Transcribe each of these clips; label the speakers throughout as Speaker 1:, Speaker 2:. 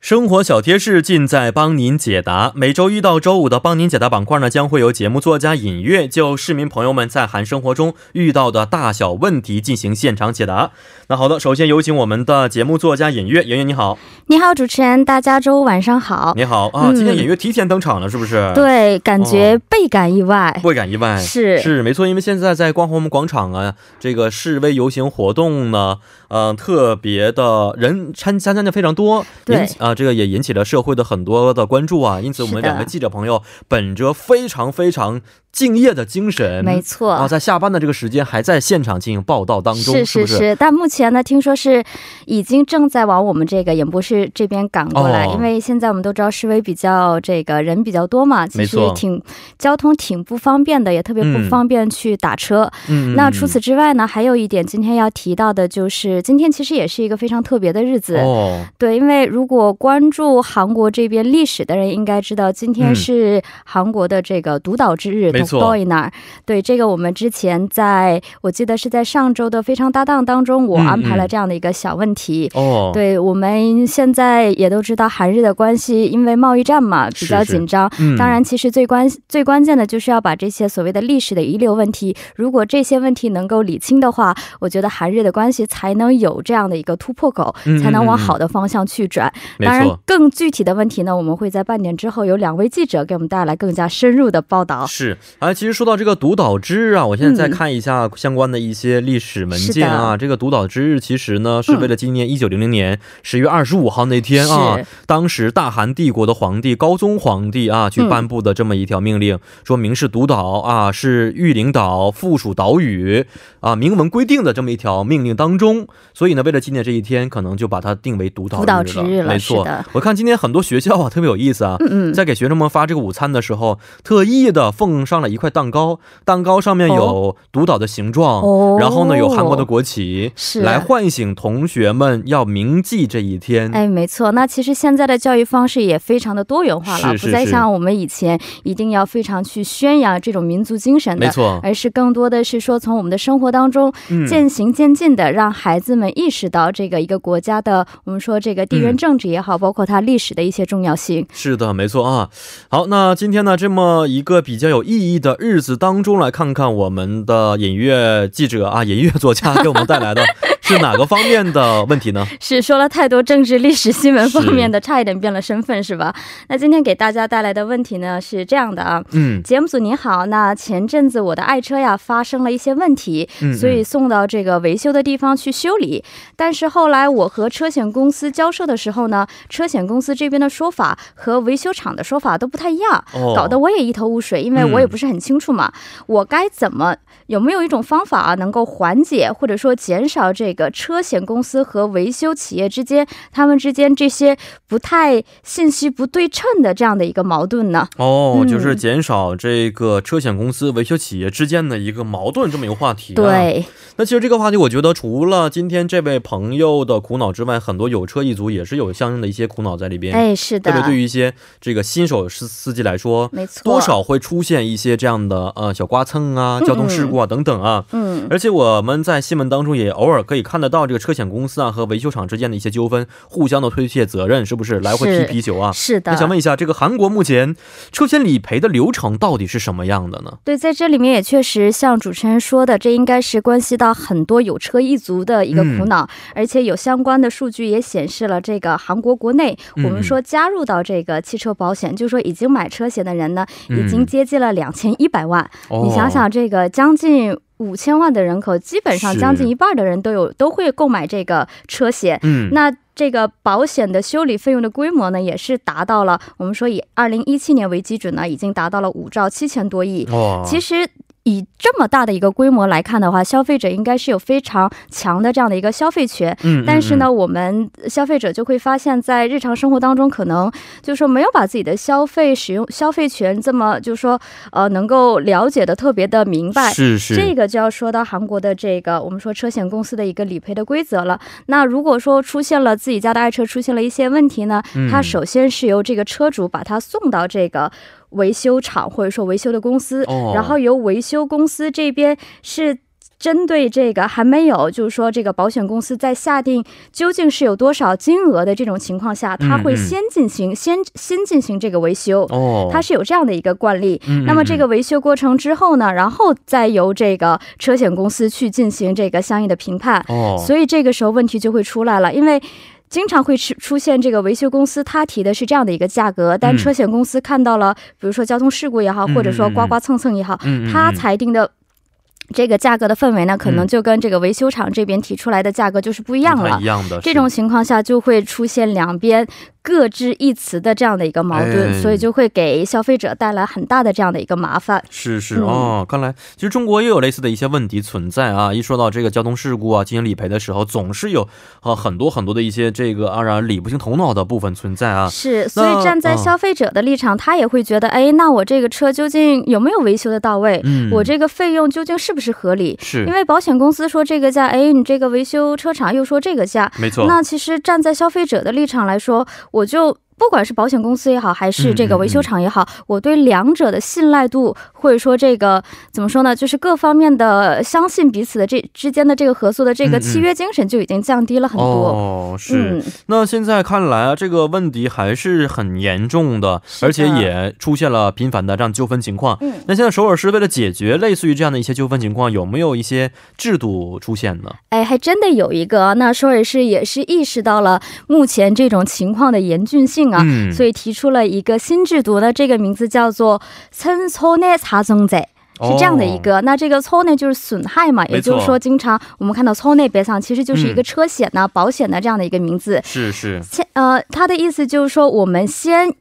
Speaker 1: 生活小贴士尽在帮您解答。每周一到周五的帮您解答板块呢，将会由节目作家尹月就市民朋友们在韩生活中遇到的大小问题进行现场解答。那好的，首先有请我们的节目作家尹月，尹月你好，
Speaker 2: 你好，主持人，大家周五晚上好。
Speaker 1: 你好啊！
Speaker 2: 嗯
Speaker 1: 今天尹月提前登场了，是不是？，
Speaker 2: 对，感
Speaker 1: 哦
Speaker 2: 觉倍感意外。
Speaker 1: 不敢意外。
Speaker 2: 是
Speaker 1: 是没错，因为现在在光华门广场啊，这个示威游行活动呢，呃，特别的人参参加的非常多，
Speaker 2: 对
Speaker 1: 引起啊、这个也引起了社会的很多的关注啊。因此，我们
Speaker 2: 是的
Speaker 1: 两位记者朋友本着非常非常敬业的精神，
Speaker 2: 没错
Speaker 1: 啊，在下班的这个时间还在现场进行报道当中，
Speaker 2: 是
Speaker 1: 不
Speaker 2: 是
Speaker 1: 是？
Speaker 2: 是，但目前呢，听说是已经正在往我们这个演播室这边赶过来，
Speaker 1: 哦
Speaker 2: 因为现在我们都知道示威比较这个人比较多嘛，其
Speaker 1: 没
Speaker 2: 实
Speaker 1: 错
Speaker 2: 挺交通挺不方便的，也特别
Speaker 1: 嗯
Speaker 2: 不方便去打车。
Speaker 1: 嗯，
Speaker 2: 那除此之外呢，还有一点今天要提到的就是，今天其实也是一个非常特别的日子。
Speaker 1: 哦，
Speaker 2: 对，因为如果关注韩国这边历史的人应该知道，今天是韩国的这个独岛之日，
Speaker 1: 嗯没错
Speaker 2: d o i n a 对，这个我们之前在我记得是在上周的非常搭档当中，我
Speaker 1: 嗯
Speaker 2: 安排
Speaker 1: 嗯
Speaker 2: 了这样的一个小问题。
Speaker 1: 哦，，
Speaker 2: 对我们现在也都知道韩日的关系，因为贸易战嘛比较
Speaker 1: 是是
Speaker 2: 紧张，
Speaker 1: 嗯，
Speaker 2: 当然，其实最关最关键的就是要把这些所谓的历史的遗留问题，如果这些问题能够理清的话，我觉得韩日的关系才能有这样的一个突破口，
Speaker 1: 嗯嗯
Speaker 2: 才能往
Speaker 1: 嗯嗯
Speaker 2: 好的方向去转。
Speaker 1: 没
Speaker 2: 当然
Speaker 1: 错，
Speaker 2: 更具体的问题呢，我们会在半年之后有两位记者给我们带来更加深入的报道。
Speaker 1: 是，哎，其实说到这个独岛之日啊，我现在在
Speaker 2: 啊嗯
Speaker 1: 看一下相关的一些历史文件啊。这个独岛之日其实呢，
Speaker 2: 嗯
Speaker 1: 是为了纪念一九零零年十月二十五号那天啊、
Speaker 2: 是
Speaker 1: 当时大韩帝国的皇帝高宗皇帝啊，去
Speaker 2: 嗯
Speaker 1: 颁布的这么一条命令，说明是独岛啊，是玉陵岛附属岛屿啊，明文规定的这么一条命令当中。所以呢，为了纪念这一天，可能就把它定为独岛
Speaker 2: 独岛之日了
Speaker 1: 没
Speaker 2: 是
Speaker 1: 错
Speaker 2: 的，
Speaker 1: 我看今天很多学校啊，特别有意思啊，
Speaker 2: 嗯嗯，
Speaker 1: 在给学生们发这个午餐的时候，特意的奉上了一块蛋糕，蛋糕上面有独岛的形状，
Speaker 2: 哦
Speaker 1: 然后呢有韩国的国旗，
Speaker 2: 是
Speaker 1: 来唤醒同学们要铭记这一天。
Speaker 2: 哎，没错。那其实现在的教育方式也非常的多元化了，
Speaker 1: 是是
Speaker 2: 不再
Speaker 1: 是
Speaker 2: 像我们以前一定要非常去宣扬这种民族精神的，
Speaker 1: 没错
Speaker 2: 而是更多的是说从我们的生活当中
Speaker 1: 嗯
Speaker 2: 渐行渐进的让孩子们意识到这个一个国家的，我们说这个地缘
Speaker 1: 嗯
Speaker 2: 政治也好，包括它历史的一些重要性。
Speaker 1: 是的，没错啊。好，那今天呢，这么一个比较有意义的日子当中，来看看我们的音乐记者啊，音乐作家给我们带来的是哪个方面的问题呢？
Speaker 2: 是说了太多政治、历史、新闻方
Speaker 1: 是
Speaker 2: 面的，差一点变了身份是吧？那今天给大家带来的问题呢是这样的啊，
Speaker 1: 嗯，
Speaker 2: 节目组您好，那前阵子我的爱车呀发生了一些问题，
Speaker 1: 嗯嗯
Speaker 2: 所以送到这个维修的地方去修理。但是后来我和车险公司交涉的时候呢，车险公司这边的说法和维修厂的说法都不太一样，
Speaker 1: 哦嗯
Speaker 2: 搞得我也一头雾水，因为我也不是很清楚嘛，我该怎么有没有一种方法啊，能够缓解或者说减少这个车险公司和维修企业之间他们之间这些不太信息不对称的这样的一个矛盾呢？
Speaker 1: 哦，
Speaker 2: 嗯
Speaker 1: 就是减少这个车险公司、维修企业之间的一个矛盾这么一个话题、啊。
Speaker 2: 对。
Speaker 1: 那其实这个话题，我觉得除了今天这位朋友的苦恼之外，很多有车一族也是有相应的一些苦恼在里边。
Speaker 2: 哎，是
Speaker 1: 特
Speaker 2: 的，
Speaker 1: 别对于一些这个新手司司机来说，
Speaker 2: 没错，
Speaker 1: 多少会出现一些这样的呃小刮蹭啊、
Speaker 2: 嗯
Speaker 1: 交通事故啊等等啊。
Speaker 2: 嗯，
Speaker 1: 而且我们在新闻当中也偶尔可以看得到，这个车险公司啊和维修厂之间的一些纠纷，互相的推卸责任，是不是来回
Speaker 2: 是
Speaker 1: 踢皮球啊？
Speaker 2: 是的
Speaker 1: 那。想问一下，这个韩国目前车险理赔的流程到底是什么样的呢？
Speaker 2: 对，在这里面也确实像主持人说的，这应该是关系到很多有车一族的一个苦
Speaker 1: 嗯
Speaker 2: 恼，而且有相关的数据也显示了，这个韩国国内、
Speaker 1: 嗯
Speaker 2: 我们说加入到这个汽车保险，就说已经买车险的人呢，
Speaker 1: 嗯
Speaker 2: 已经接近了两千一百万、
Speaker 1: 哦
Speaker 2: 你想想，这个将近。五千万的人口，基本上
Speaker 1: 是
Speaker 2: 将近一半的人都有都会购买这个车险，
Speaker 1: 嗯，
Speaker 2: 那这个保险的修理费用的规模呢，也是达到了，我们说以二零一七年为基准呢，已经达到了五兆七千多亿。
Speaker 1: 哦，
Speaker 2: 其实。以这么大的一个规模来看的话，消费者应该是有非常强的这样的一个消费权。
Speaker 1: 嗯，嗯
Speaker 2: 但是，呢，
Speaker 1: 嗯
Speaker 2: 我们消费者就会发现，在日常生活当中，可能就是说没有把自己的消费使用消费权这么，就是说呃，能够了解的特别的明白。
Speaker 1: 嗯是是
Speaker 2: 这个就要说到韩国的这个我们说车险公司的一个理赔的规则了。那如果说出现了自己家的爱车出现了一些问题呢，
Speaker 1: 嗯
Speaker 2: 它首先是由这个车主把它送到这个。维修厂或者说维修的公司，
Speaker 1: 哦
Speaker 2: 然后由维修公司这边是针对这个还没有，就是说这个保险公司在下定究竟是有多少金额的这种情况下，它
Speaker 1: 嗯
Speaker 2: 会
Speaker 1: 嗯
Speaker 2: 先进行先先进行这个维修。
Speaker 1: 哦，
Speaker 2: 它是有这样的一个惯例。
Speaker 1: 嗯
Speaker 2: 那么
Speaker 1: 嗯
Speaker 2: 这个维修过程之后呢，然后再由这个车险公司去进行这个相应的评判。
Speaker 1: 哦，
Speaker 2: 所以这个时候问题就会出来了，因为。经常会出出现这个维修公司，他提的是这样的一个价格，但
Speaker 1: 嗯
Speaker 2: 车险公司看到了，比如说交通事故也好，
Speaker 1: 嗯
Speaker 2: 或者说
Speaker 1: 嗯嗯
Speaker 2: 刮刮蹭蹭也好，
Speaker 1: 嗯嗯
Speaker 2: 他
Speaker 1: 嗯
Speaker 2: 裁定的这个价格的氛围呢，可
Speaker 1: 嗯
Speaker 2: 能就跟这个维修厂这边提出来的价格就是不一样
Speaker 1: 不太
Speaker 2: 了
Speaker 1: 一。样的
Speaker 2: 这
Speaker 1: 是
Speaker 2: 种情况下就会出现两边各执一词的这样的一个矛盾，
Speaker 1: 哎
Speaker 2: 所以就会给消费者带来很大的这样的一个麻烦。
Speaker 1: 是是
Speaker 2: 嗯
Speaker 1: 哦，看来其实中国也有类似的一些问题存在啊。一说到这个交通事故啊，进行理赔的时候，总是有呃很多很多的一些这个啊让人理不清头脑的部分存在啊。
Speaker 2: 是，所以站在
Speaker 1: 嗯
Speaker 2: 消费者的立场，他也会觉得，哎，那我这个车究竟有没有维修的到位？
Speaker 1: 嗯，
Speaker 2: 我这个费用究竟是不是合理？
Speaker 1: 是
Speaker 2: 因为保险公司说这个价，哎，你这个维修车厂又说这个价，
Speaker 1: 没错，
Speaker 2: 那其实站在消费者的立场来说，我就不管是保险公司也好，还是这个
Speaker 1: 嗯
Speaker 2: 维修厂也好，我对两者的信赖度，或者说这个怎么说呢，就是各方面的相信彼此的这之间的这个合作的这
Speaker 1: 嗯
Speaker 2: 个
Speaker 1: 嗯
Speaker 2: 契约精神就已经降低了很多。
Speaker 1: 哦是、
Speaker 2: 嗯，
Speaker 1: 那现在看来啊，这个问题还是很严重的，
Speaker 2: 是的
Speaker 1: 而且也出现了频繁的这样纠纷情况。
Speaker 2: 嗯
Speaker 1: 那现在首尔市为了解决类似于这样的一些纠纷情况，有没有一些制度出现呢？
Speaker 2: 哎，还真的有一个。那首尔市也是意识到了目前这种情况的严峻性啊，
Speaker 1: 嗯
Speaker 2: 所以提出了一个新制度。那这个名字叫做“村村内查增者”。是这样的一
Speaker 1: 哦、
Speaker 2: 个。那这个 “tone” 就是损害嘛，也就是说，经常我们看到 “tone” 别上，其实就是一个车险呐、保险的这样的一个名字。
Speaker 1: 是是
Speaker 2: 先呃，它的意思就是说，我们先。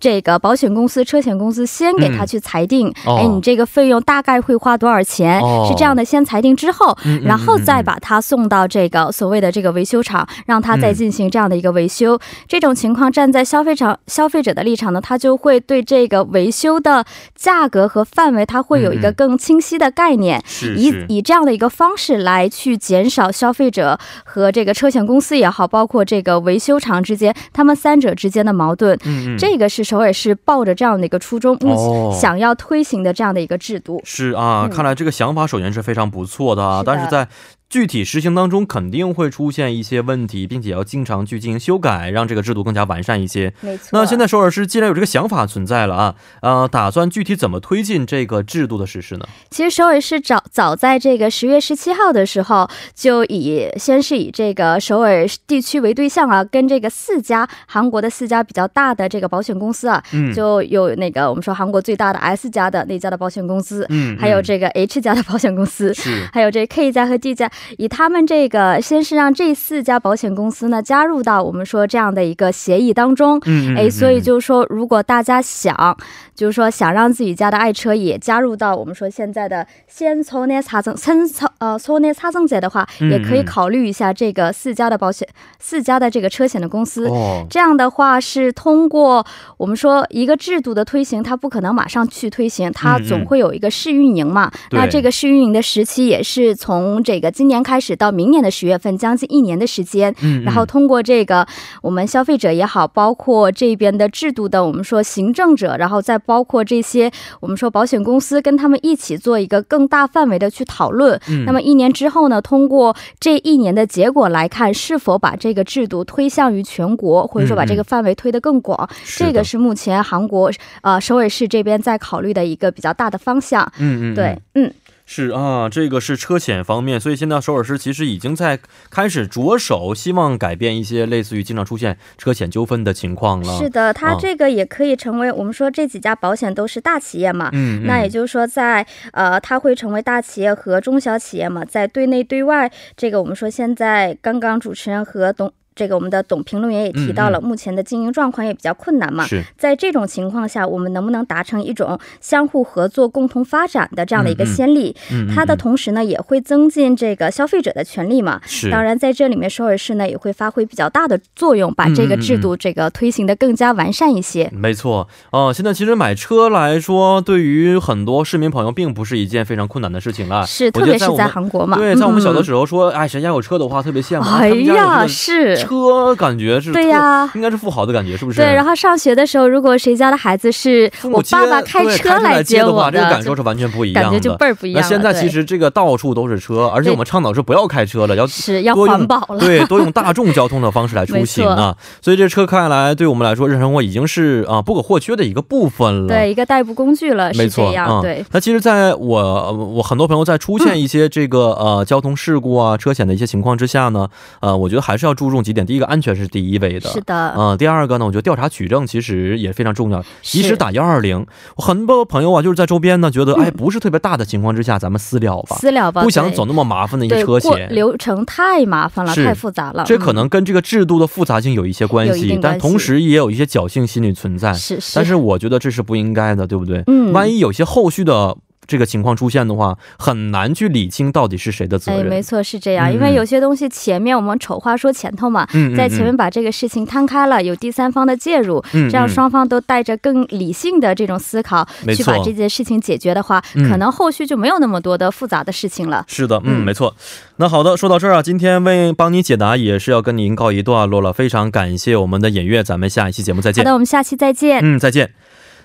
Speaker 2: 这个保险公司、车险公司先给他
Speaker 1: 嗯
Speaker 2: 去裁定，
Speaker 1: 哦
Speaker 2: 哎，你这个费用大概会花多少钱？
Speaker 1: 哦
Speaker 2: 是这样的，先裁定之后，
Speaker 1: 嗯嗯
Speaker 2: 然后再
Speaker 1: 嗯嗯
Speaker 2: 把它送到这个所谓的这个维修厂，让他再
Speaker 1: 嗯
Speaker 2: 进行这样的一个维修。这种情况，站在消费者消费者的立场呢，他就会对这个维修的价格和范围，他会有一
Speaker 1: 嗯
Speaker 2: 个
Speaker 1: 嗯
Speaker 2: 更清晰的概念。
Speaker 1: 是
Speaker 2: 以
Speaker 1: 是
Speaker 2: 以这样的一个方式来去减少消费者和这个车险公司也好，包括这个维修厂之间，他们三者之间的矛盾，
Speaker 1: 嗯嗯
Speaker 2: 这个是首尔市抱着这样的一个初衷，目前
Speaker 1: 哦
Speaker 2: 想要推行的这样的一个制度。
Speaker 1: 是啊、
Speaker 2: 嗯
Speaker 1: 看来这个想法首先是非常不错的啊，
Speaker 2: 是的
Speaker 1: 但是在具体实行当中肯定会出现一些问题，并且要经常去进行修改，让这个制度更加完善一些。
Speaker 2: 没错
Speaker 1: 那现在首尔市既然有这个想法存在了啊，呃，打算具体怎么推进这个制度的实施呢？
Speaker 2: 其实首尔市早早在这个十月十七号的时候，就以先是以这个首尔地区为对象啊，跟这个四家韩国的四家比较大的这个保险公司啊，
Speaker 1: 嗯
Speaker 2: 就有那个我们说韩国最大的 S 家的那家的保险公司，
Speaker 1: 嗯，
Speaker 2: 还有
Speaker 1: 嗯
Speaker 2: 这个 H 家的保险公司。
Speaker 1: 是
Speaker 2: 还有这 K 家和 D 家，以他们这个先是让这四家保险公司呢加入到我们说这样的一个协议当中，
Speaker 1: 嗯
Speaker 2: 哎，所以
Speaker 1: 嗯
Speaker 2: 就是说，如果大家想，就是说想让自己家的爱车也加入到我们说现在的先从内查证、先从呃从内查证者的话，
Speaker 1: 嗯
Speaker 2: 也可以
Speaker 1: 嗯
Speaker 2: 考虑一下这个四家的保险、四家的这个车险的公司。
Speaker 1: 哦，
Speaker 2: 这样的话是通过我们说一个制度的推行，它不可能马上去推行，它
Speaker 1: 嗯嗯
Speaker 2: 总会有一个试运营嘛。
Speaker 1: 对
Speaker 2: 那这个试运营的时期也是从这个今年开始到明年的十月份，将近一年的时间。
Speaker 1: 嗯，
Speaker 2: 然后
Speaker 1: 嗯
Speaker 2: 通过这个，我们消费者也好，包括这边的制度的，我们说行政者，然后再包括这些我们说保险公司，跟他们一起做一个更大范围的去讨论。
Speaker 1: 嗯
Speaker 2: 那么一年之后呢，通过这一年的结果来看，是否把这个制度推向于全国，或者说把这个范围推得更广，
Speaker 1: 嗯是
Speaker 2: 这
Speaker 1: 的
Speaker 2: 个是目前韩国呃首尔市这边在考虑的一个比较大的方向。
Speaker 1: 嗯嗯嗯
Speaker 2: 对，嗯，
Speaker 1: 是啊，这个是车险方面，所以现在首尔市其实已经在开始着手，希望改变一些类似于经常出现车险纠纷的情况了。
Speaker 2: 是的，它
Speaker 1: 啊
Speaker 2: 这个也可以成为我们说这几家保险都是大企业嘛，
Speaker 1: 嗯，嗯
Speaker 2: 那也就是说在，呃，它会成为大企业和中小企业嘛，在对内对外，这个我们说现在刚刚主持人和董。这个我们的董评论员也提到了，
Speaker 1: 嗯
Speaker 2: 目前的经营状况也比较困难嘛。
Speaker 1: 是
Speaker 2: 在这种情况下，我们能不能达成一种相互合作、共同发展的这样的一个
Speaker 1: 嗯嗯
Speaker 2: 先例？
Speaker 1: 嗯嗯
Speaker 2: 它的
Speaker 1: 嗯
Speaker 2: 同时呢，也会增进这个消费者的权利嘛。
Speaker 1: 是
Speaker 2: 当然，在这里面，首尔市呢也会发挥比较大的作用，把这个
Speaker 1: 嗯
Speaker 2: 制度这个推行的更加完善一些。
Speaker 1: 没错，哦、现在其实买车来说，对于很多市民朋友，并不是一件非常困难的事情了。
Speaker 2: 是，
Speaker 1: 啊我
Speaker 2: 特
Speaker 1: 觉得
Speaker 2: 别
Speaker 1: 在
Speaker 2: 是
Speaker 1: 我
Speaker 2: 在
Speaker 1: 们
Speaker 2: 韩国嘛，嗯
Speaker 1: 对，在我们小的
Speaker 2: 候，
Speaker 1: 时候说，哎，谁家有车的话，特别羡慕。
Speaker 2: 哎
Speaker 1: 他们家
Speaker 2: 呀，
Speaker 1: 有这
Speaker 2: 是
Speaker 1: 个。车感觉是
Speaker 2: 对呀
Speaker 1: 特应该是富豪的感觉，是不是？
Speaker 2: 对，然后上学的时候，如果谁家的孩子是
Speaker 1: 父母
Speaker 2: 我
Speaker 1: 接
Speaker 2: 爸爸
Speaker 1: 对
Speaker 2: 车
Speaker 1: 车来
Speaker 2: 接
Speaker 1: 的
Speaker 2: 我
Speaker 1: 话，这个感
Speaker 2: 就
Speaker 1: 受是完全不一样的。
Speaker 2: 感觉就倍儿不一样
Speaker 1: 那
Speaker 2: 了。
Speaker 1: 现在其
Speaker 2: 对
Speaker 1: 实这个到处都是车，而且
Speaker 2: 对
Speaker 1: 我们倡导是不要开车了，要
Speaker 2: 是要
Speaker 1: 多用
Speaker 2: 环保了，
Speaker 1: 对，多 用大众交通的方式来出行啊。所以这车看来对我们来说，日常生活已经是啊不可或缺的一个部分了。
Speaker 2: 对，一个代步工具了，
Speaker 1: 没
Speaker 2: 是
Speaker 1: 错
Speaker 2: 这样，
Speaker 1: 啊、
Speaker 2: 对。
Speaker 1: 那其实，在我呃我很多朋友在出现一些这个、呃交通事故啊、车险的一些情况之下呢，呃，我觉得还是要注重几点。第一个，安全是第一位的。
Speaker 2: 是的，
Speaker 1: 呃，第二个呢，我觉得调查取证其实也非常重要，及
Speaker 2: 是嗯
Speaker 1: 时打幺二零。很多朋友啊，就是在周边呢，觉得、哎，不是特别大的情况之下，咱们私了吧，
Speaker 2: 私了吧，
Speaker 1: 不想
Speaker 2: 对
Speaker 1: 走那么麻烦的一个
Speaker 2: 对
Speaker 1: 车
Speaker 2: 过
Speaker 1: 险。
Speaker 2: 流程太麻烦了，
Speaker 1: 是
Speaker 2: 太复杂了，
Speaker 1: 这可
Speaker 2: 嗯
Speaker 1: 能跟这个制度的复杂性有一些关
Speaker 2: 有一
Speaker 1: 系，
Speaker 2: 定
Speaker 1: 但
Speaker 2: 关
Speaker 1: 同
Speaker 2: 系
Speaker 1: 时也有一些侥幸心理存在。
Speaker 2: 是是，
Speaker 1: 但是我觉得这是不应该的，对不对？
Speaker 2: 嗯
Speaker 1: 万一有些后续的这个情况出现的话，很难去理清到底是谁的责
Speaker 2: 哎，
Speaker 1: 任。
Speaker 2: 没错，是这
Speaker 1: 嗯
Speaker 2: 样，因为有些东西前面我们丑话说前头嘛，
Speaker 1: 嗯，嗯
Speaker 2: 在前面把这个事情摊开了，有第三方的介入，
Speaker 1: 嗯嗯
Speaker 2: 这样
Speaker 1: 嗯
Speaker 2: 双方都带着更理性的这种思考
Speaker 1: 没
Speaker 2: 去把
Speaker 1: 错
Speaker 2: 这件事情解决的话，
Speaker 1: 嗯
Speaker 2: 可能后续就没有那么多的复杂的事情了。
Speaker 1: 是的，嗯，
Speaker 2: 嗯
Speaker 1: 没错。那好的，说到这儿啊，今天为帮你解答也是要跟您告一段落了。非常感谢我们的演月，咱们下一期节目再
Speaker 2: 好
Speaker 1: 见
Speaker 2: 的，。我们下期再见。
Speaker 1: 嗯，再见。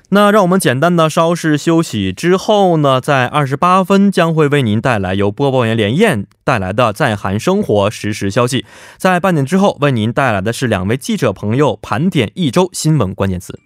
Speaker 1: 那让我们简单的稍事休息之后呢，在二十八分将会为您带来由播报员连燕带来的在韩生活实时消息。在半点之后，为您带来的是两位记者朋友盘点一周新闻关键词。